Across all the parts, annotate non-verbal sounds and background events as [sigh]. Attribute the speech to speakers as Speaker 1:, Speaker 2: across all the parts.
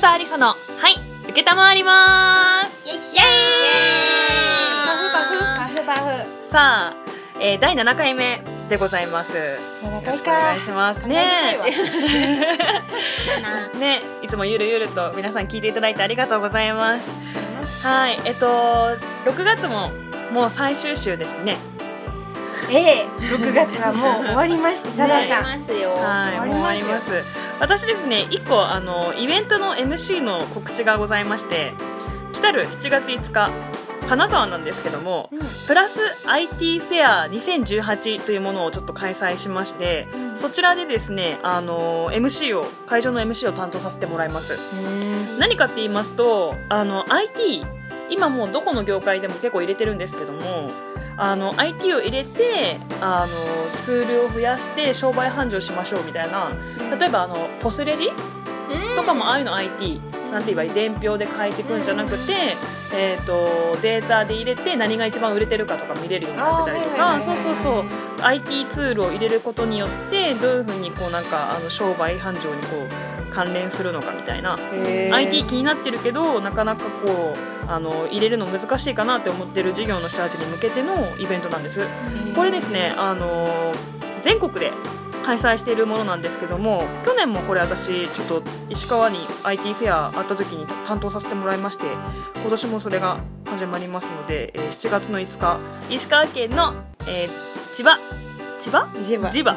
Speaker 1: とありそのはい受けたまわります
Speaker 2: よいしょ
Speaker 1: イエーイ
Speaker 2: パフパフパフ
Speaker 1: さあ、えー第7回目でございますよ
Speaker 2: 7
Speaker 1: ろ
Speaker 2: 回
Speaker 1: しくお願い
Speaker 2: か
Speaker 1: しますね
Speaker 2: ねえ
Speaker 1: ねいつもゆるゆると皆さん聞いていただいてありがとうございますはいえっと6月ももう最終週ですね
Speaker 2: ええ6月はもう終わりましたサダ
Speaker 1: ねえ
Speaker 2: さん
Speaker 3: ますよ
Speaker 1: はい、もう終わります。私ですね、一個あのイベントの MC の告知がございまして、来たる7月5日金沢なんですけども、
Speaker 2: うん
Speaker 1: プラス IT フェア2018というものをちょっと開催しまして、
Speaker 2: うん
Speaker 1: そちらでですね、あの MC を会場の MC を担当させてもらいます。何かって言いますと、あの IT 今もうどこの業界でも結構入れてるんですけども。あの IT を入れてあのツールを増やして商売繁盛しましょうみたいな例えばあのポスレジとかもああいうの IT なんて言えばいい伝票で変えていくんじゃなくて、えー、とデータで入れて何が一番売れてるかとか見れるようになってたりと
Speaker 2: あ
Speaker 1: か
Speaker 2: ー
Speaker 1: そうそうそう IT ツールを入れることによってどういうふうにこうなんかあの商売繁盛にこう関連するのかみたいな IT 気になってるけどなかなかこうあの入れるの難しいかなって思ってる事業の人たちに向けてのイベントなんです。これですね、あのー全国で開催しているものなんですけども去年もこれ私ちょっと石川に IT フェアあった時に担当させてもらいまして今年もそれが始まりますので、えー7月の5日石川県の、えー千葉千葉
Speaker 2: ジバ
Speaker 1: ジバ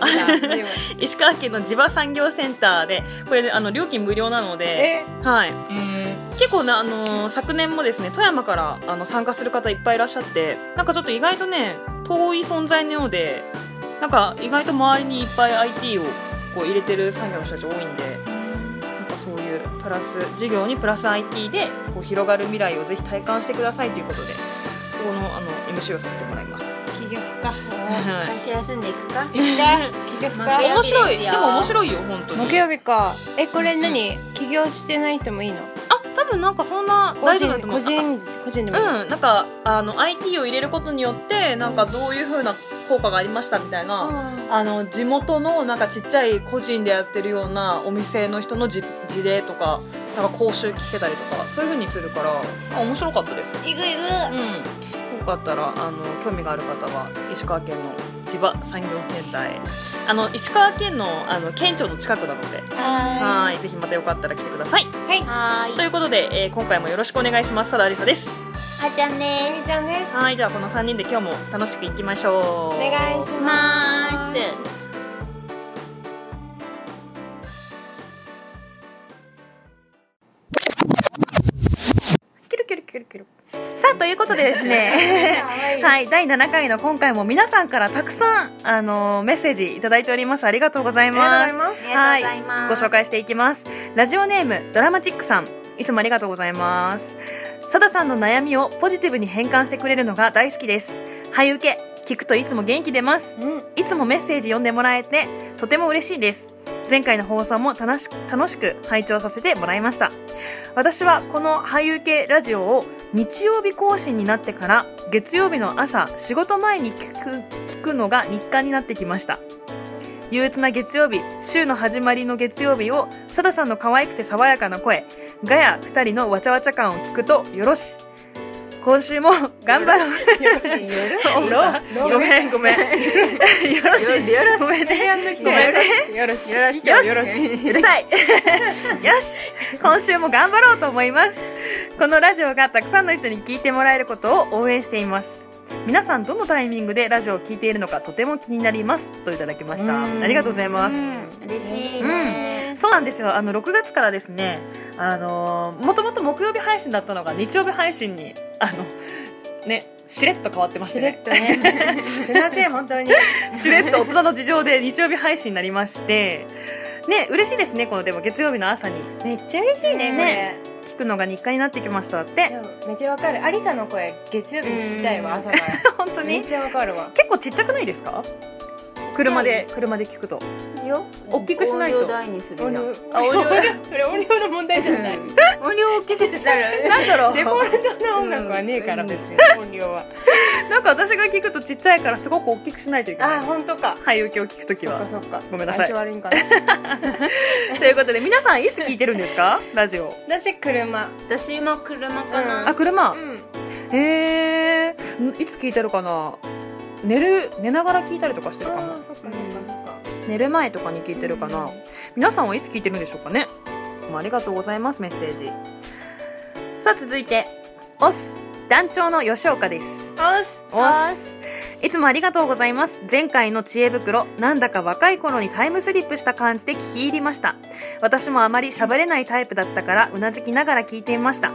Speaker 1: 石川県の地場産業センターでこれねあの料金無料なので、
Speaker 2: え
Speaker 1: はい、結構ね、あのー昨年もですね富山からあの参加する方いっぱいいらっしゃってなんかちょっと意外とね遠い存在のようでなんか意外と周りにいっぱい IT をこう入れてる産業の人たち多いんでなんかそういうプラス事業にプラス IT でこう広がる未来をぜひ体感してくださいということでここのあの MC をさせてもらいます。
Speaker 2: 起業すっか
Speaker 1: はい
Speaker 3: 会社休んでいくか
Speaker 2: 行きたい起業すっ
Speaker 3: 負け
Speaker 2: か
Speaker 3: よ
Speaker 1: 面白い
Speaker 3: 木曜日で
Speaker 1: です
Speaker 3: よ
Speaker 1: も面白いよ本当に
Speaker 2: 木曜日かえこれ何起業してない人もいいの
Speaker 1: 多分なんかそんな
Speaker 2: 個
Speaker 1: 大丈
Speaker 2: 人
Speaker 1: 夫だと思
Speaker 2: 個
Speaker 1: う
Speaker 2: 人個人でもいい
Speaker 1: うん、なんかあの IT を入れることによってなんかどういう風な効果がありましたみたいな、あの地元のなんかちっちゃい個人でやってるようなお店の人の実事例とかなんか講習聞けたりとかそういう風にするからあ面白かったです。
Speaker 2: いくい
Speaker 1: うん、よかったらあの興味がある方は石川県の地場産業センターへあの石川県のあの県庁の近くなので、
Speaker 2: く
Speaker 1: は
Speaker 2: は
Speaker 1: ーいぜひまたよかったら来てください。
Speaker 2: ーいはい
Speaker 3: は
Speaker 1: とい
Speaker 3: ーいう
Speaker 1: ことで、えー今回もよろしくお願いします。さだありさです。
Speaker 3: あちゃんで
Speaker 2: みーちゃんです
Speaker 1: はい、じゃあこの3人で今日も楽しくいきましょう。
Speaker 2: お願いし
Speaker 3: すし
Speaker 2: ま
Speaker 3: ます
Speaker 1: キュルキュルキュルキュル。さあ、ということでです
Speaker 2: [laughs]
Speaker 1: ね、はい、第7回の今回も皆さんからたくさん、あのーメッセージいただいております。ありがとうござい
Speaker 2: あ
Speaker 1: ま
Speaker 2: りがと
Speaker 1: す
Speaker 2: う。ございます
Speaker 3: ありがとうございます
Speaker 1: ご紹介していきます。ラジオネーム、ドラマチックさん。いつもありがとうございます。サダさんの悩みをポジティブに変換してくれるのが大好きです。はい、受け。聞くといつも元気出ます。
Speaker 2: うん
Speaker 1: いつもメッセージ読んでもらえてとても嬉しいです。前回の放送も楽し楽しく拝聴させてもらいました。私はこの俳優系ラジオを日曜日更新になってから月曜日の朝仕事前に聞く聞くのが日課になってきました。憂鬱な月曜日、週の始まりの月曜日を、サダさんの可愛くて爽やかな声、ガヤ二人のわちゃわちゃ感を聞くとよろし。今週も頑張ろう。 [laughs] ごめんごめん。 [laughs] よろしい。ごめんね。ごめんね。
Speaker 2: よろしよろし
Speaker 1: よし、うる [laughs] さい。よし、今週も頑張ろうと思います。このラジオがたくさんの人に聞いてもらえることを応援しています。皆さんどのタイミングでラジオを聞いているのかとても気になりますといただきました。
Speaker 2: うん
Speaker 1: ありがとうございます。
Speaker 3: 嬉しい
Speaker 1: うん
Speaker 3: ね
Speaker 1: そうなんですよ。あの、6月からですね、あのー、もともと木曜日配信だったのが日曜日配信に、あの、ね、しれっと変わってました
Speaker 2: し
Speaker 1: ね
Speaker 2: れ。っとねすいません本当に
Speaker 1: しれっと大人の事情で日曜日配信になりまして、ね、嬉しいですね、このでも月曜日の朝に
Speaker 2: めっちゃ嬉しいね
Speaker 1: ね
Speaker 2: ねこ
Speaker 1: 聞くのが日課になってきましたっ
Speaker 2: れ
Speaker 1: て、
Speaker 2: でもめっちゃわかるありさの声月曜日に聞きたいわ
Speaker 3: うん
Speaker 2: 朝から
Speaker 1: 本当
Speaker 2: めっ
Speaker 1: に
Speaker 2: ちゃわかるわ
Speaker 1: 結構ちっちゃくないですか車で、車で聞くと。
Speaker 3: よ
Speaker 1: 大きくしないと
Speaker 3: 音量大にするやん
Speaker 1: あ音量
Speaker 2: それ音量の問題じゃない
Speaker 3: 音量大きくしたら
Speaker 1: なんだろ
Speaker 2: デフォ
Speaker 1: う
Speaker 2: ルトな音楽はねえから
Speaker 3: うん
Speaker 2: 別に音量は
Speaker 1: なんか私が聞くとちっちゃいからすごく大きくしないといけ
Speaker 2: あ
Speaker 1: な
Speaker 2: ー
Speaker 1: い。
Speaker 2: 本当か
Speaker 1: 俳優系を聞くとき
Speaker 2: そっか
Speaker 1: は。
Speaker 2: そっか
Speaker 1: ごめんなさい
Speaker 2: 相性悪いんかな
Speaker 1: といういうことで皆さんいつ聞いてるんです [laughs] かラジオ
Speaker 2: 私車
Speaker 3: 私も車か
Speaker 2: う
Speaker 3: な。
Speaker 1: あ車
Speaker 2: うん
Speaker 1: へえーんいつ聞いてるかな寝る寝ながら聞いたりとかしてるかな寝る前とかに聞いてるかな皆さんはいつ聞いてるんでしょうかねどうもありがとうございますメッセージさあ続いてオス団長の吉岡です
Speaker 2: おっす
Speaker 1: おっすいつもありがとうございます前回の知恵袋なんだか若い頃にタイムスリップした感じで聞き入りました私もあまり喋れないタイプだったからうなずきながら聞いていました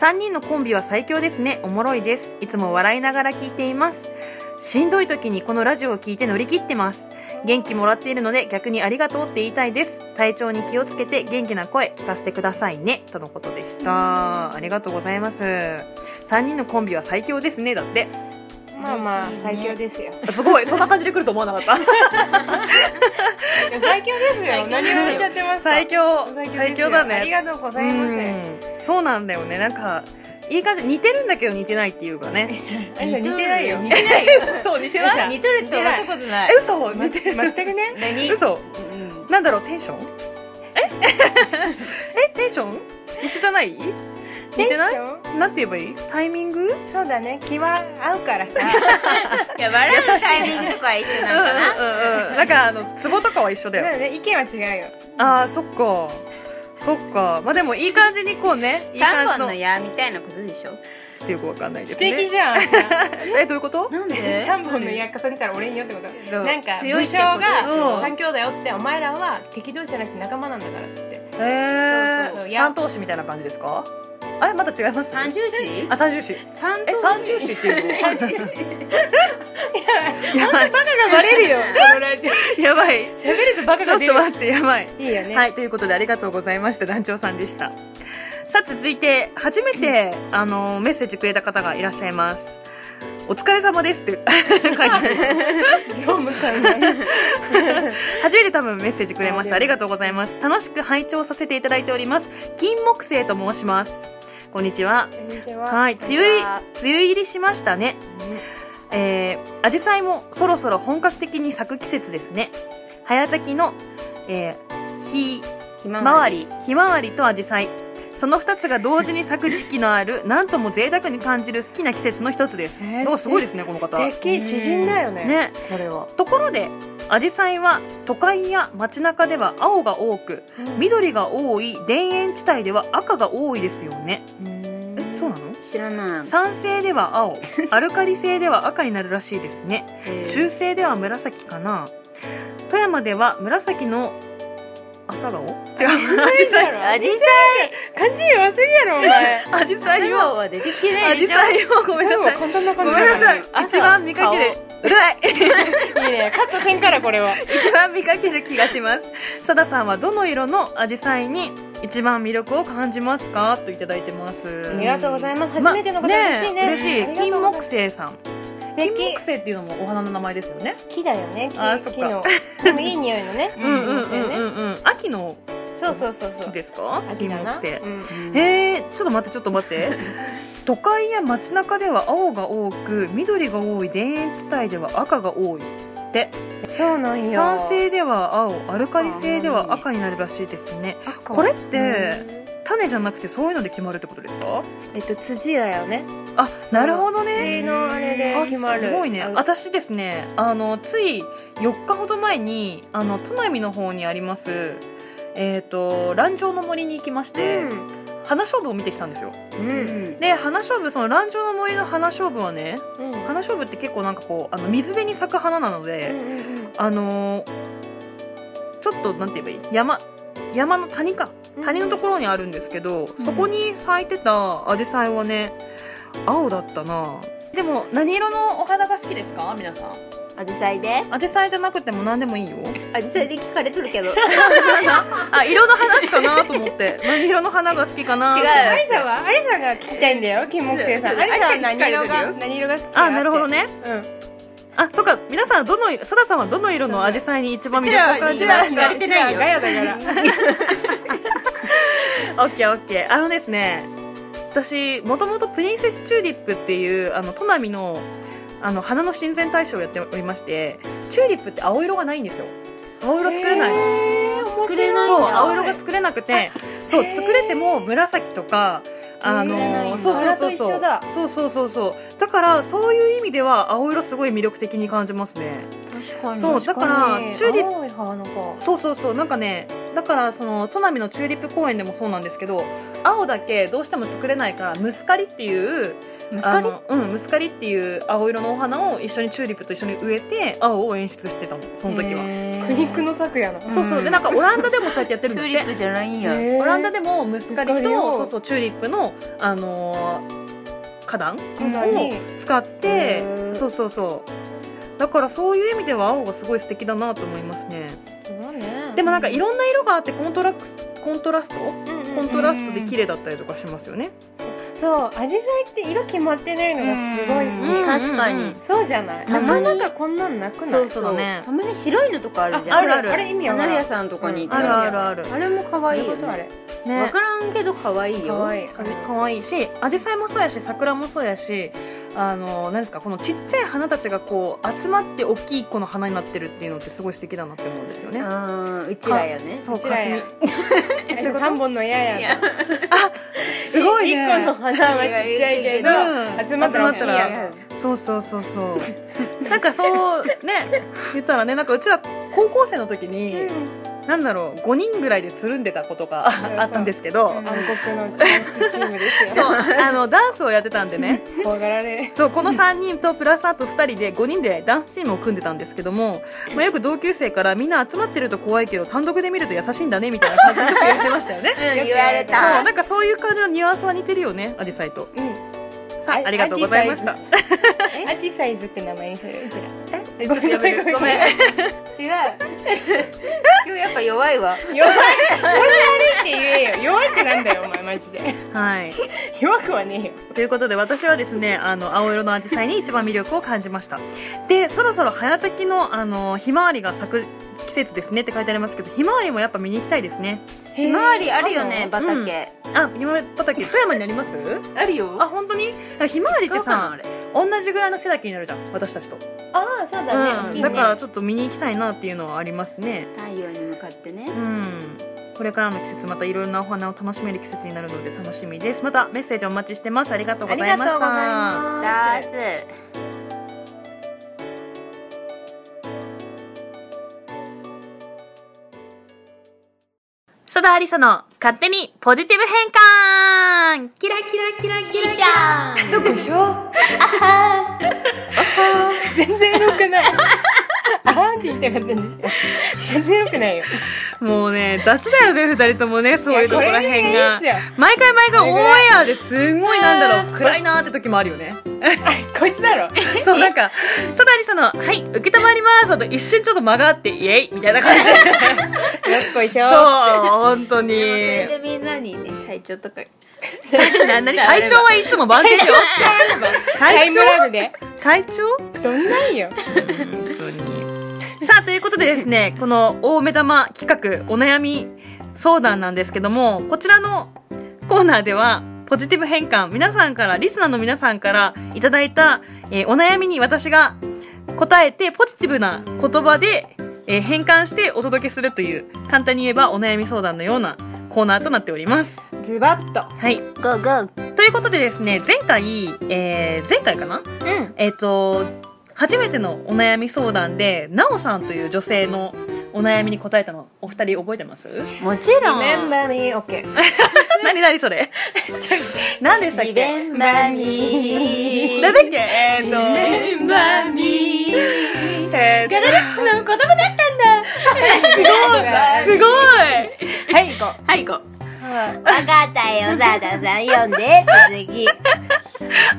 Speaker 1: 3人のコンビは最強ですねおもろいですいつも笑いながら聞いていますしんどい時にこのラジオを聞いて乗り切ってます元気もらっているので逆にありがとうって言いたいです体調に気をつけて元気な声聞かせてくださいねとのことでしたありがとうございます3人のコンビは最強ですねだって
Speaker 2: まあまあ
Speaker 3: 嬉しいね
Speaker 2: 最強ですよ
Speaker 1: すごいそんな感じで来ると思わなかった
Speaker 2: いや [laughs] 最強です
Speaker 3: 最強です
Speaker 2: よ
Speaker 3: よ
Speaker 2: 何をおっしゃってますか
Speaker 1: 最強
Speaker 2: 最強ですよ
Speaker 1: 最強だ
Speaker 2: あり
Speaker 1: ね
Speaker 2: がとうございます
Speaker 1: うんそうなんだよねなんかいい感じ似てるんだけど似てないっていうかね
Speaker 2: あれ [laughs] 似てないよ
Speaker 3: 似てない。
Speaker 1: [laughs] そう似て
Speaker 3: 似てるって言われたことない
Speaker 1: え。嘘似てる
Speaker 2: 全くね
Speaker 3: 何？
Speaker 1: 嘘
Speaker 3: うん
Speaker 1: なんだろうテンション [laughs] ええテンション一緒じゃない似てない
Speaker 2: テンション
Speaker 1: なんて言えばいいタイミング
Speaker 2: そうだね気は合う [laughs] からさ
Speaker 3: いや笑うタイミングとかは一緒
Speaker 1: うん
Speaker 3: なんかな。
Speaker 1: うんうんなんかあのツボとかは一緒だ
Speaker 2: そう
Speaker 1: よ
Speaker 2: だね意見は違うよ
Speaker 1: あーそっかそっかまあでもいい感じにこうねいい
Speaker 3: 三
Speaker 1: 感
Speaker 3: 本
Speaker 1: じの
Speaker 3: の矢みたいなことでしょ。
Speaker 1: ちょっとよくわかんないです
Speaker 2: 素敵
Speaker 1: ね
Speaker 2: じゃん [laughs]
Speaker 1: えどういうこと
Speaker 3: なんで？
Speaker 2: 3本の矢重ねたら俺によってこと
Speaker 3: そう
Speaker 2: なんか
Speaker 3: 強いって
Speaker 2: 武将
Speaker 3: ことでし
Speaker 1: が
Speaker 3: ょ
Speaker 2: 三兄弟おってお前らは敵同士じゃなくて仲間なんだからっつって
Speaker 1: へ
Speaker 2: そうそうそう
Speaker 1: え
Speaker 2: いや
Speaker 1: 三頭士みたいな感じですかあれまた違います
Speaker 3: 三十時？
Speaker 1: あ三重士
Speaker 3: 三
Speaker 1: え三重士って
Speaker 2: [laughs]
Speaker 1: いうの [laughs] やばい
Speaker 2: バカがバレる [laughs] よこのラジオ
Speaker 1: やばい
Speaker 2: 喋るとバカ
Speaker 1: ちょ
Speaker 2: が
Speaker 1: っ
Speaker 2: 出る
Speaker 1: と待ってやばい
Speaker 2: いいよね
Speaker 1: はいということでありがとうございました団長さんでしたさあ続いて初めてあのメッセージくれた方がいらっしゃいますお疲れ様ですって [laughs] 書いてある
Speaker 2: 業務感が
Speaker 1: 初めて多分メッセージくれました
Speaker 2: あ
Speaker 1: あ
Speaker 2: り
Speaker 1: り
Speaker 2: が
Speaker 1: がとうございます楽しく拝聴させていただいております金木星と申しますこんにちははい、梅雨入り梅雨入りしましたね。えー、アジサイもそろそろ本格的に咲く季節ですね。早咲きの、えー、ひ
Speaker 3: ひ
Speaker 1: ま
Speaker 3: ま
Speaker 1: わ
Speaker 3: わ
Speaker 1: り
Speaker 3: り。、
Speaker 1: ひまわりとアジサイ。その2つが同時に咲く時期のある、なんとも贅沢に感じる好きな季節の一つです。
Speaker 2: えー
Speaker 1: なんかすごいですね、この方。
Speaker 2: 素敵詩人だよね
Speaker 1: ね。
Speaker 2: これ [laughs] は
Speaker 1: ところで、アジサイは都会や街中では青が多く、緑が多い田園地帯では赤が多いですよね。え、そうなの
Speaker 3: 知らない。
Speaker 1: 酸性では青アルカリ性では赤になるらしいですね中性では紫かな富山では紫の朝顔違う
Speaker 2: 何だろ
Speaker 3: アジ
Speaker 2: 漢字忘れやろお [laughs] 前
Speaker 1: [laughs] アジ
Speaker 3: サ
Speaker 1: サ
Speaker 3: イ
Speaker 1: イ
Speaker 3: は
Speaker 1: を
Speaker 3: は出てきてな
Speaker 1: ア
Speaker 3: い
Speaker 1: ジ
Speaker 3: でしょ。
Speaker 1: サイをごめんなさい
Speaker 2: 簡単な
Speaker 1: ご
Speaker 2: 感
Speaker 1: め
Speaker 2: じ
Speaker 1: ん
Speaker 2: だ
Speaker 1: なさい
Speaker 3: あ
Speaker 1: 一番見かけるうらい
Speaker 2: いいねカットせんからこれは
Speaker 1: 一番見かける気がしますさださんはどの色のアジサイに一番魅力を感じますかといただいてます
Speaker 2: ありがとうございます
Speaker 1: ま
Speaker 2: 初めての方嬉しいね
Speaker 1: 嬉しい金木星さん金木
Speaker 2: 木
Speaker 1: 星っていうのもお花の名前ですよね
Speaker 2: 木だよね木
Speaker 1: あそっか
Speaker 2: 木のでもいい匂いのね
Speaker 1: [laughs] うんうんうんうんうん秋の
Speaker 2: そうそうそうそ
Speaker 1: 木
Speaker 2: う
Speaker 1: ですか
Speaker 2: 秋だな
Speaker 1: 金木犀
Speaker 2: うん
Speaker 1: えー、ちょっと待ってちょっと待って [laughs] 都会や街中では青が多く緑が多い田園地帯では赤が多い
Speaker 2: そうなんよ
Speaker 1: 酸性では青アルカリ性では赤になるらしいですねこれって種じゃなくてそういうので決まるってことですか
Speaker 2: えっと辻だよね
Speaker 1: あなるほどね
Speaker 2: 辻のあれで
Speaker 1: あ
Speaker 2: 決まる
Speaker 1: すごいね
Speaker 2: あの
Speaker 1: 私ですねあのつい4日ほど前にあの都内の方にありますえっ、と蘭城の森に行きまして、花勝負を見てきたんですよ
Speaker 2: うんうん
Speaker 1: で花勝負その蘭城の森の花勝負はね
Speaker 2: うん
Speaker 1: 花勝負って結構なんかこうあの水辺に咲く花なの
Speaker 2: う
Speaker 1: で、
Speaker 2: んうんうん
Speaker 1: あのーちょっとなんて言えばいい山山の谷か谷のところにあるんですけど、
Speaker 2: うん
Speaker 1: そこに咲いてたアジサイはね青だったなでも何色のお花が好きですか皆さん
Speaker 3: アジサイで。
Speaker 1: アジサイじゃなくても何でもい [laughs] いよ
Speaker 3: アジサイで聞かれとるけど。違う。
Speaker 1: あ色の話かなと思 [laughs] って何色の花が好きかなと思って
Speaker 2: アリサはアリサが聞きたいんだよ金木犀さんアリサは何色が何色が好きか
Speaker 1: あなるほどね
Speaker 2: うん
Speaker 1: あ、そっか、皆さん、どの、さださんはどの色のアジサイに一番魅力を感じ
Speaker 3: うちら
Speaker 1: ま
Speaker 3: は
Speaker 1: す
Speaker 3: 言われてないよ
Speaker 2: ガヤ
Speaker 1: [laughs]
Speaker 2: だから
Speaker 1: かオッケーオッケー。あのですね、私、もともとプリンセスチューリップっていう、あの、都並の、あの、花の親善大使をやっておりまして、チューリップって青色がないんですよ。青色作れないの。
Speaker 2: へー面白い
Speaker 3: 作れないん
Speaker 1: そ
Speaker 3: だ
Speaker 1: う、青色が作れなくてそう
Speaker 2: へー
Speaker 1: 作れても紫とかあ
Speaker 2: 作れないん
Speaker 1: の
Speaker 2: だ
Speaker 1: そうそうそうそう
Speaker 2: バラと
Speaker 1: そうそうそうそうだからそういう意味では青色すごい魅力的に感じますね
Speaker 2: 確かに
Speaker 1: そうだからチューリップ
Speaker 2: プ青い花か
Speaker 1: そうそうそうなんかねだからその砺波のチューリップ公園でもそうなんですけど青だけどうしても作れないからムスカリっていう
Speaker 2: ムス
Speaker 1: あ
Speaker 2: カリ
Speaker 1: のうん、ムスカリっていう青色のお花を一緒にチューリップと一緒に植えて青を演出してたのその時は、
Speaker 2: 苦肉の策やな
Speaker 1: そうそうでなんかオランダでもそうやってやってる
Speaker 3: チ
Speaker 1: ん
Speaker 3: ュ
Speaker 1: だって
Speaker 3: ーリップじゃないんや、
Speaker 2: へー
Speaker 1: オランダでもムスカリと
Speaker 2: ムスカリを
Speaker 1: そうそうチューリップの、あのー花壇
Speaker 2: こんなに
Speaker 1: 使って
Speaker 2: へー
Speaker 1: そうそうそうだからそういう意味では青がすごい素敵だなと思いますね
Speaker 2: そうね
Speaker 1: でもなんかいろんな色があってコントラクコントラスト
Speaker 2: うんうんうん
Speaker 1: コントラストで綺麗だったりとかしますよね
Speaker 2: そう紫陽花って色決まってないのがすごい好き、
Speaker 1: うん
Speaker 3: 確かに、
Speaker 1: うん
Speaker 2: そうじゃない
Speaker 3: た
Speaker 2: な
Speaker 3: ま
Speaker 2: か
Speaker 3: に
Speaker 2: なかこんなんなくない
Speaker 1: そうそうだね
Speaker 3: たまに白いのとかあるじゃん
Speaker 1: あるある
Speaker 2: あれ意味わか
Speaker 3: 花屋
Speaker 2: らん
Speaker 3: さんとかに行った
Speaker 1: ある
Speaker 3: ら、
Speaker 1: あるある
Speaker 2: あれも可愛いよ
Speaker 3: どういうことあ
Speaker 2: ね
Speaker 3: れ
Speaker 1: ね
Speaker 3: わからんけど可愛いよ
Speaker 2: 可愛い
Speaker 1: 可愛いし紫陽花もそうやし桜もそうやしあの何ですかこのちっちゃい花たちがこう集まって大きい子の花になってるっていうのってすごい素敵だなって思うんですよね。
Speaker 3: あーうちらやね
Speaker 1: そう
Speaker 2: うちらや
Speaker 1: かす
Speaker 2: え三本の矢やや
Speaker 1: みすごいね。
Speaker 2: 一個の花はちっちゃいけど
Speaker 1: うん
Speaker 2: 集まったら
Speaker 1: 集まった
Speaker 2: いい
Speaker 1: ら
Speaker 2: や
Speaker 1: そうそうそうそう。なんかそうね言ったらねなんかうちら高校生の時に、
Speaker 2: うん
Speaker 1: なんだろう5人ぐらいでつるんでたことがあったんですけど、
Speaker 2: 暗黒のダンスチームですよ
Speaker 1: そうあのダンスをやってたんでね
Speaker 2: 怖がられる
Speaker 1: そうこの3人とプラスあと2人で5人でダンスチームを組んでたんですけども、まあ、よく同級生からみんな集まってると怖いけど単独で見ると優しいんだねみたいな感じで [laughs] 言ってましたよね
Speaker 3: うん言われ
Speaker 1: そう
Speaker 3: た
Speaker 1: なんかそういう感じのニュアンスは似てるよねアジサイと
Speaker 2: うん
Speaker 1: さあ
Speaker 2: あ
Speaker 1: ありがとうございました
Speaker 2: アジサイズって名前にするうちら
Speaker 1: えちょっとやめるごめん
Speaker 2: 違う
Speaker 3: 今日やっぱ弱いわ
Speaker 2: 弱いこれやるって言えよ弱くなんだよお前マジで
Speaker 1: はい
Speaker 2: 弱くはねえよ
Speaker 1: ということで私はですねあの青色のアジサイに一番魅力を感じましたでそろそろ早咲きのあのひまわりが咲く季節ですねって書いてありますけどひまわりもやっぱ見に行きたいですね
Speaker 3: ひまわりあるよね
Speaker 1: あんの
Speaker 3: 畑、
Speaker 1: あひまわり畑富山にあります
Speaker 3: あるよ
Speaker 1: あ本当にひまわりって
Speaker 3: どうかな
Speaker 1: さ
Speaker 3: あれ
Speaker 1: 同じぐらいの背丈になるじゃん私たちと、
Speaker 2: ああそうだね大き
Speaker 1: う
Speaker 2: い
Speaker 1: ん、
Speaker 2: ね
Speaker 1: だからちょっと見に行きたいなっていうのはありますね
Speaker 3: 太陽に向かってね
Speaker 1: うんこれからの季節またいろいろなお花を楽しめる季節になるので楽しみですまたメッセージお待ちしてますありがとうございました
Speaker 3: ダース
Speaker 1: 須田ありさの勝手にポジティブ変換キラキラキラキラキラ
Speaker 2: どこでしょあは全然良くないあはって言いたかったんでしょ全然良くないよ
Speaker 1: もうね雑だよね二人ともねそういうとこらへん
Speaker 2: いや
Speaker 1: が
Speaker 2: これがいいっ
Speaker 1: 毎回毎回オンエアですんごいなんだ
Speaker 2: う
Speaker 1: ろ
Speaker 2: ん
Speaker 1: う暗いなーって時もあるよね
Speaker 2: すよこいつだろ
Speaker 1: [laughs] そうなんか須田ありさの「はい受け止まります」あと一瞬ちょっと間があって「イエイ」みたいな [laughs] 感じで
Speaker 2: こいし
Speaker 1: そう本当に
Speaker 3: でもそれでみんなにね体調とか
Speaker 1: な [laughs] 何体調はいつも万全よ
Speaker 2: タイ
Speaker 1: [laughs] 体
Speaker 2: ム
Speaker 1: 調
Speaker 2: ラグで
Speaker 1: 体調
Speaker 2: どんなんよ
Speaker 1: [laughs] さあということでですねこの大目玉企画お悩み相談なんですけどもこちらのコーナーではポジティブ変換皆さんからリスナーの皆さんからいただいた、えーお悩みに私が答えてポジティブな言葉で、えー変換してお届けするという簡単に言えばお悩み相談のようなコーナーとなっております。
Speaker 2: ズバッと
Speaker 1: はい、
Speaker 3: ゴーゴー
Speaker 1: ということでですね前回、えー前回かな
Speaker 2: うん
Speaker 1: えっ、と、初めてのお悩み相談で、なおさんという女性のお悩みに答えたの、お二人覚えてます
Speaker 3: もちろん
Speaker 2: メンバーに OK
Speaker 1: 何何それ [laughs] 何でしたっ
Speaker 3: リ
Speaker 1: け
Speaker 3: ベンバミー
Speaker 1: 何だっけえーっと、
Speaker 3: ンバミー
Speaker 1: えーっと
Speaker 3: ガラルックスの子供だったんだ
Speaker 1: すごい
Speaker 3: [laughs]
Speaker 2: はい行こ
Speaker 3: はい行こ
Speaker 2: うはい
Speaker 3: わかったよサダさん読んで次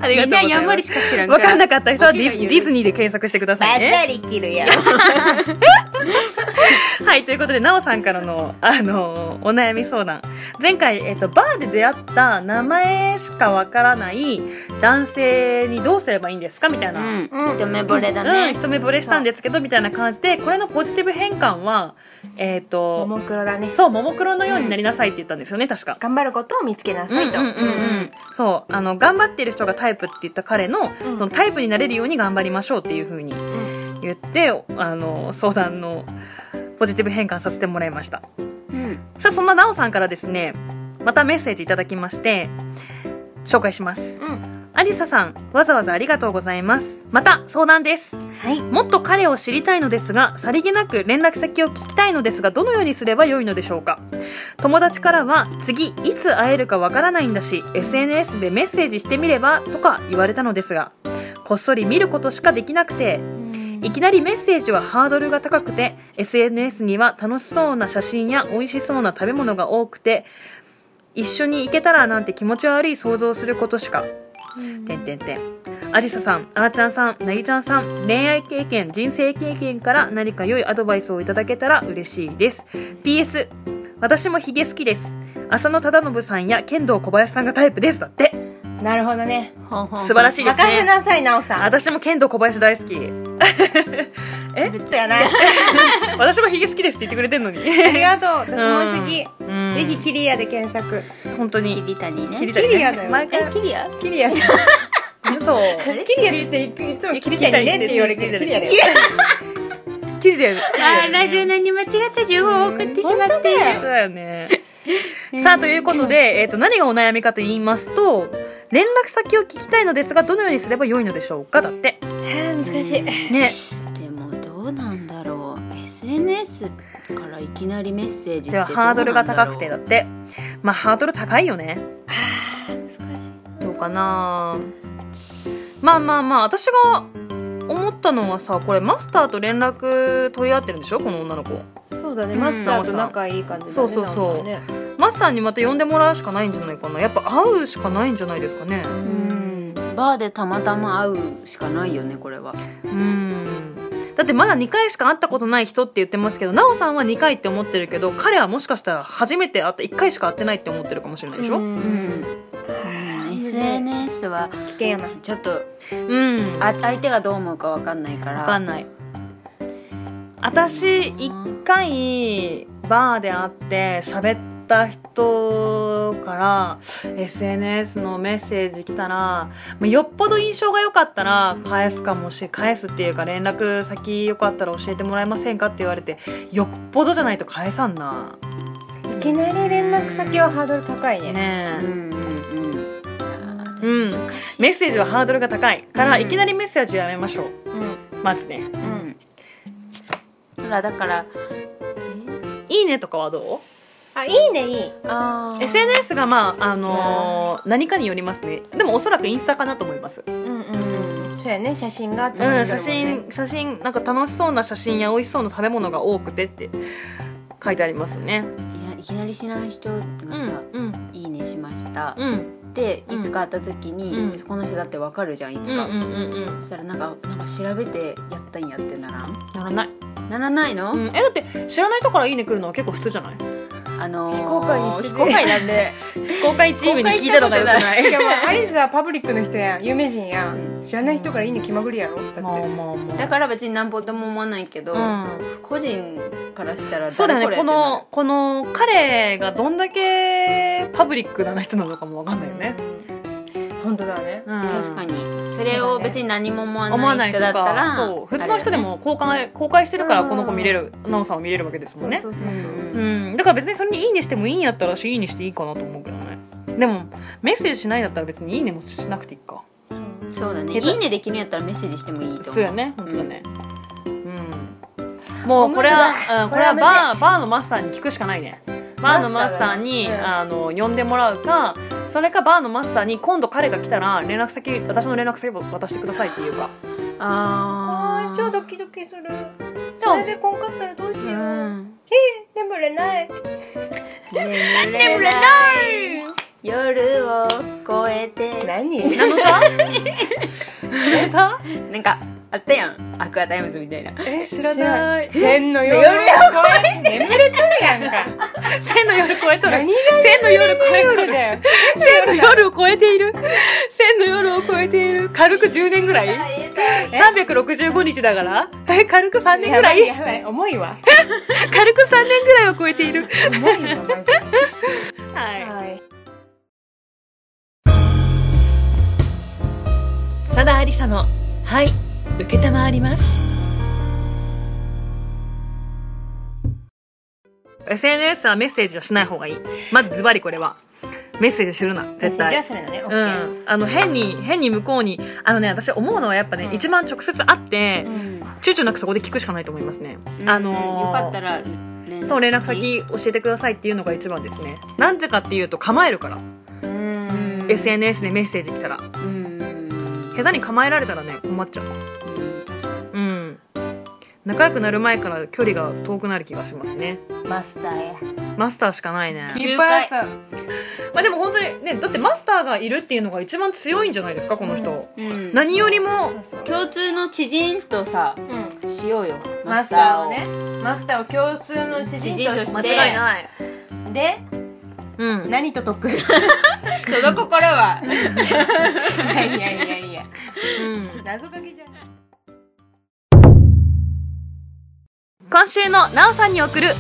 Speaker 1: ありがとうございます。
Speaker 3: しか知ら
Speaker 1: わかんなかった人はデ
Speaker 3: ボケが言
Speaker 1: ィ
Speaker 3: う
Speaker 1: ディズニーで検索してくだ
Speaker 3: ば
Speaker 1: さ
Speaker 3: っ
Speaker 1: いね。
Speaker 3: たり切るよ
Speaker 1: はい、ということで、なおさんからの、あのお悩み相談。前回、えっ、と、バーで出会った名前しかわからない男性にどうすればいいんですかみたいな
Speaker 3: うん一目惚れだ
Speaker 1: うん、
Speaker 3: ね
Speaker 1: 一目惚れしたんですけどみたいな感じでこれのポジティブ変換はえっ、
Speaker 2: も
Speaker 1: と
Speaker 2: もクロだね
Speaker 1: そうももクロのようになりなさいって言ったんですよね、確か。
Speaker 2: 頑張ることを見つけなさいと
Speaker 1: そうあの頑張ってる人がタイプって言った彼の,、
Speaker 2: ん
Speaker 1: そのタイプになれるように頑張りましょうっていう風に言って、あの相談のポジティブ変換させてもらいました
Speaker 3: うんうん。
Speaker 1: さあそんななおさんからですねまたメッセージいただきまして紹介します
Speaker 2: うん。
Speaker 1: ありささんわざわざありがとうございますまた相談です
Speaker 3: はい。
Speaker 1: もっと彼を知りたいのですがさりげなく連絡先を聞きたいのですがどのようにすればよいのでしょうか友達からは次いつ会えるかわからないんだし SNS でメッセージしてみればとか言われたのですがこっそり見ることしかできなくていきなりメッセージはハードルが高くて SNS には楽しそうな写真や美味しそうな食べ物が多くて一緒に行けたらなんて気持ち悪い想像することしかてんてんてん。ありささん、あーちゃんさん、なぎちゃんさん、恋愛経験、人生経験から何か良いアドバイスをいただけたら嬉しいです。PS、私もヒゲ好きです。浅野忠信さんや剣道小林さんがタイプです。だって。
Speaker 2: なるほどね。
Speaker 1: 素晴らしいです
Speaker 2: 任せ
Speaker 1: ね。
Speaker 2: なさい、なおさん。
Speaker 1: 私も剣道小林大好き。
Speaker 2: そうやない。
Speaker 1: 私もヒゲ好きですって言ってくれてんのに。
Speaker 2: ありがとう。私も好き。
Speaker 1: うん
Speaker 2: ぜひキリアで検索。
Speaker 1: 本当に。
Speaker 3: キリタニね。
Speaker 1: 切り
Speaker 2: キ
Speaker 1: たい
Speaker 2: リアだよ
Speaker 1: 毎回。
Speaker 3: キリア
Speaker 2: キリア。キ
Speaker 1: そう。
Speaker 2: リアっていつもキリアにねって言われてる。キリアだよ。
Speaker 1: 切りだよね。
Speaker 3: あー、ラジオ何に間違った情報を送ってしまっ
Speaker 2: 本当だ
Speaker 3: て。
Speaker 1: そうだよね。さあということで、えっと何がお悩みかと言いますと連絡先を聞きたいのですがどのようにすれば良いのでしょうかだって
Speaker 2: 難しい。
Speaker 1: ね
Speaker 3: でもどうなんだろう。SNS からいきなりメッセージって
Speaker 1: じゃあハードルが高くてだ
Speaker 3: どう
Speaker 1: ってまあハードル高いよね
Speaker 2: 難しい。
Speaker 1: どうかなまあまあまあ私が思ったのはさこれマスターと連絡取り合ってるんでしょこの女の子
Speaker 2: そうだね、
Speaker 1: うん
Speaker 2: マスターと仲いい感じだね。
Speaker 1: そうそうそう
Speaker 2: なんかね
Speaker 1: マスターにまた呼んでもらうしかないんじゃないかなやっぱ会うしかないんじゃないですかね
Speaker 3: なんだろう。うん。バーでたまたま会うしかないよねこれは。
Speaker 1: うんだってまだ2回しか会ったことない人って言ってますけど奈緒さんは2回って思ってるけど彼はもしかしたら初めて会った1回しか会ってないって思ってるかもしれないでしょ、う
Speaker 2: う
Speaker 1: ん
Speaker 3: うんん。SNS は
Speaker 2: 危険やな。
Speaker 3: ちょっと
Speaker 1: うん
Speaker 3: あ相手がどう思うかわかんないから。
Speaker 1: 分かんない私1回バーで会って喋った人から SNS のメッセージ来たらまあよっぽど印象が良かったら返すかもし返すっていうか連絡先よかったら教えてもらえませんかって言われてよっぽどじゃないと返さんな。
Speaker 2: いきなり連絡先はハードル高いね。
Speaker 1: ね
Speaker 3: うんうんうん。
Speaker 1: うん、メッセージはハードルが高いから、
Speaker 3: うん
Speaker 1: いきなりメッセージはやめましょう
Speaker 2: うん。
Speaker 1: まずね
Speaker 3: うん。ほらだから。
Speaker 1: 「いいね」とかはど
Speaker 2: あ、いいね、いい。
Speaker 3: あ
Speaker 1: う ?SNS がまああのー何かによりますねでもおそらくインスタかなと思います、
Speaker 2: うんうんうん。そうやね、写真があって
Speaker 1: う
Speaker 2: もいい
Speaker 1: ん、
Speaker 2: だ
Speaker 1: 写
Speaker 2: ろうね
Speaker 1: 真写真なんか楽しそうな写真や美味しそうな食べ物が多くてって書いてありますね
Speaker 3: いやいきなり知らん人が
Speaker 1: う
Speaker 3: さ
Speaker 1: んうん
Speaker 3: 「いいね」しました
Speaker 1: うんうん
Speaker 3: で
Speaker 1: う
Speaker 3: い
Speaker 1: ん
Speaker 3: つか会った時に、
Speaker 1: うん
Speaker 3: この人だってわかるじゃんいつ
Speaker 1: うん
Speaker 3: か、
Speaker 1: うんうん
Speaker 3: そしたらなんかなんか調べてやったんやってならん
Speaker 1: ならない、
Speaker 3: ならないの、
Speaker 1: うん、えだって知らない人から「いいね」来るのは結構普通じゃない
Speaker 3: あのー
Speaker 2: 非公開にして
Speaker 3: 非公開なんで
Speaker 1: 非公開チームに聞いたのがよく [laughs] ない
Speaker 2: しかもアリスはパブリックの人やん有名人や
Speaker 3: うん
Speaker 2: ん知らない人からいいね気まぐりやろだって
Speaker 1: まあ [laughs] まあまあ
Speaker 3: だから別に何ぼとも思わないけど、
Speaker 1: うん
Speaker 3: 個人からしたら
Speaker 1: そうだよ
Speaker 3: 誰
Speaker 1: ね
Speaker 3: れ
Speaker 1: このこの彼がどんだけパブリックな人なのかもわかんないよね、
Speaker 2: 本当だね
Speaker 1: うん
Speaker 3: ってなる確かにそれを別に何も思わない人
Speaker 1: と
Speaker 3: だったら、
Speaker 1: かそう普通の人でも公開公開してるからこの子見れる奈緒さんを見れるわけですもんね
Speaker 2: そうそう
Speaker 3: あ
Speaker 2: そう
Speaker 3: れだよね、
Speaker 2: そう
Speaker 1: う
Speaker 3: うん
Speaker 1: んだから別にそれに「いいね」してもいいんやったらしいいにしていいかなと思うけどねでもメッセージしないんだったら別に「いいね」もしなくていいか
Speaker 3: うんそうだね「
Speaker 1: 下手
Speaker 3: いいね」できるんやったらメッセージしてもいいと思う
Speaker 1: そうやね本当だねうんもうこれは、うん、これは
Speaker 2: これは
Speaker 1: バーバーのマスターに聞くしかないねバーのマスターに
Speaker 2: マスター
Speaker 1: あの呼んでもらうかそれかバーのマスターに今度彼が来たら連絡先私の連絡先を渡してくださいっていうか
Speaker 3: あ
Speaker 2: あ
Speaker 3: ー
Speaker 2: ー超ドキドキする
Speaker 1: そう
Speaker 2: それでこんかったらどうしよ
Speaker 3: う
Speaker 2: うん眠れない
Speaker 3: 眠
Speaker 1: 眠
Speaker 3: れ
Speaker 1: れ
Speaker 3: ない夜を越えて
Speaker 2: 何
Speaker 1: なのかなのか
Speaker 3: なんかあったやんアクアタイムズみたいな
Speaker 1: え知らない
Speaker 2: 天の夜を
Speaker 3: 夜を
Speaker 2: 越えて眠れとるやんか
Speaker 1: 千の夜超えとる
Speaker 2: 何が
Speaker 1: 千の夜超えと
Speaker 2: 夜
Speaker 1: る
Speaker 2: だよ
Speaker 1: 千の夜を超えている千の夜を超えている軽く10年ぐらい365日だからえ軽く3年ぐらい
Speaker 2: やばやばい重いわ
Speaker 1: 軽く3年ぐらいを超えている
Speaker 2: 重いわマジで
Speaker 1: は
Speaker 2: はい
Speaker 1: いさだありさのはい受けたまわります SNS はメッセージをしない方がいいまずズバリこれはメッセージするな絶対
Speaker 2: メッセージはするの
Speaker 1: う
Speaker 2: ね。
Speaker 1: ん、あの変に変に向こうにあのね私思うのはやっぱね、
Speaker 2: うん
Speaker 1: 一番直接会って
Speaker 3: う、ん
Speaker 1: 躊躇なくそこで聞くしかないと思いますね、
Speaker 3: うん
Speaker 1: あの
Speaker 3: よかったら連
Speaker 1: そう連絡先教えてくださいっていうのが一番ですねなんでかっていうと構えるから、
Speaker 3: う
Speaker 2: う
Speaker 3: ん
Speaker 2: ん。
Speaker 1: SNS でメッセージ来たら
Speaker 3: うん
Speaker 1: 下手に構えられたらね困っちゃううん仲良くなる前から距離が遠くなる気がしますね
Speaker 2: マスターや。
Speaker 1: マスターしかないね
Speaker 3: き
Speaker 2: いっぱいさ。
Speaker 1: まあでも本当にねだってマスターがいるっていうのが一番強いんじゃないですかこの人、
Speaker 3: うん
Speaker 1: 何よりも
Speaker 2: そうそう
Speaker 3: 共通の知人とさ
Speaker 2: うん
Speaker 3: しようよ
Speaker 2: マスターをね。マスターを共通の知人と
Speaker 3: 知人
Speaker 2: し
Speaker 3: と
Speaker 2: て。
Speaker 3: して間違い
Speaker 2: ない。で、
Speaker 1: うん
Speaker 2: 何と得い
Speaker 3: その心は
Speaker 2: やいやいやいや。
Speaker 1: うん
Speaker 2: 謎解きじゃん。
Speaker 1: 今週のなおさんに送る占い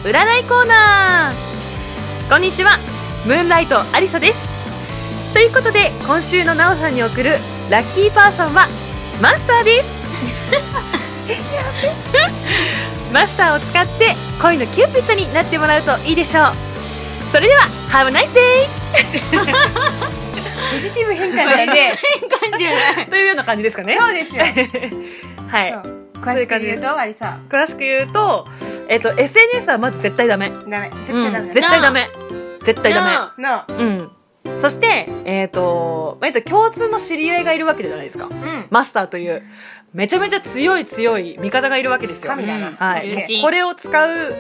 Speaker 1: コーナーこんにちはムーンライトありさですということで今週のなおさんに送るラッキーパーソンはマスターです [laughs] マスターを使って恋のキューピッドになってもらうといいでしょうそれではハブナイスデ
Speaker 2: ポジティブ変換だ
Speaker 3: [laughs]
Speaker 2: ね。
Speaker 1: イというような感じですかね
Speaker 2: そうですよ。
Speaker 1: [laughs] はい
Speaker 2: そう詳しく言うと、ありさ。
Speaker 1: 詳しく言うと、えっと、SNS はまず絶対ダメ
Speaker 2: ダメ。絶
Speaker 1: う
Speaker 2: 対ダ
Speaker 1: ん
Speaker 2: メ。
Speaker 1: 絶対ダメ絶対ダメ
Speaker 2: の。
Speaker 1: うん。そして、えっ、と、えっ、と、共通の知り合いがいるわけじゃないですか。
Speaker 2: うん。
Speaker 1: マスターという、めちゃめちゃ強い強い味方がいるわけですよ。
Speaker 2: 神だな。
Speaker 3: うん
Speaker 1: は
Speaker 2: オッケ
Speaker 1: い。
Speaker 3: 人
Speaker 1: これを使う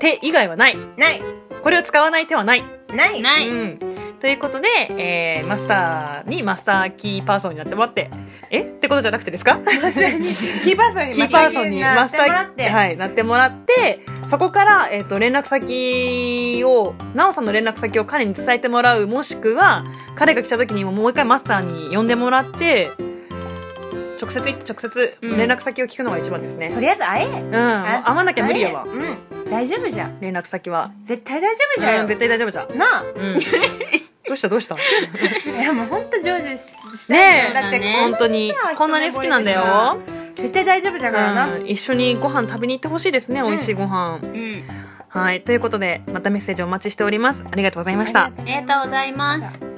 Speaker 1: 手以外はない。
Speaker 2: ーない。
Speaker 1: これを使わない手はない。
Speaker 2: ない。
Speaker 3: な
Speaker 1: う
Speaker 3: い
Speaker 1: ん。ということで、えー、マスターにマスターキーパーソンになってもらって、えってことじゃなくてですか
Speaker 2: キーパーソンに
Speaker 1: キーパーソンにマ
Speaker 2: マ
Speaker 1: ス
Speaker 2: ス
Speaker 1: タ
Speaker 2: タ
Speaker 1: ー
Speaker 2: ー
Speaker 1: に
Speaker 2: になってもらって。
Speaker 1: はい、なってもらってそこから、えっと連絡先を奈緒さんの連絡先を彼に伝えてもらうもしくは彼が来た時にももう一回マスターに呼んでもらって直接直接
Speaker 3: うん
Speaker 1: 連絡先を聞くのが一番ですね、
Speaker 2: とりあえず会え。
Speaker 1: うんもう会わなきゃ無理やわ
Speaker 2: 会えうん。大丈夫じゃん。
Speaker 1: 連絡先は、
Speaker 2: 絶対大丈夫じゃ
Speaker 1: うんん、
Speaker 2: よ。
Speaker 1: 絶対大丈夫じゃん、
Speaker 2: なあ。 [laughs]
Speaker 1: うんどうしたどうした
Speaker 2: いやもう本当成就しした
Speaker 1: ね
Speaker 2: い
Speaker 1: え
Speaker 2: だって
Speaker 3: ね
Speaker 1: 本当にこんなに好きなんだよ、
Speaker 2: 絶対大丈夫だからな、
Speaker 1: うん、一緒にご飯食べに行ってほしいですね美味しいご飯、
Speaker 3: うん
Speaker 1: はいということでまたメッセージお待ちしておりますありがとうございました
Speaker 3: ありがとうございます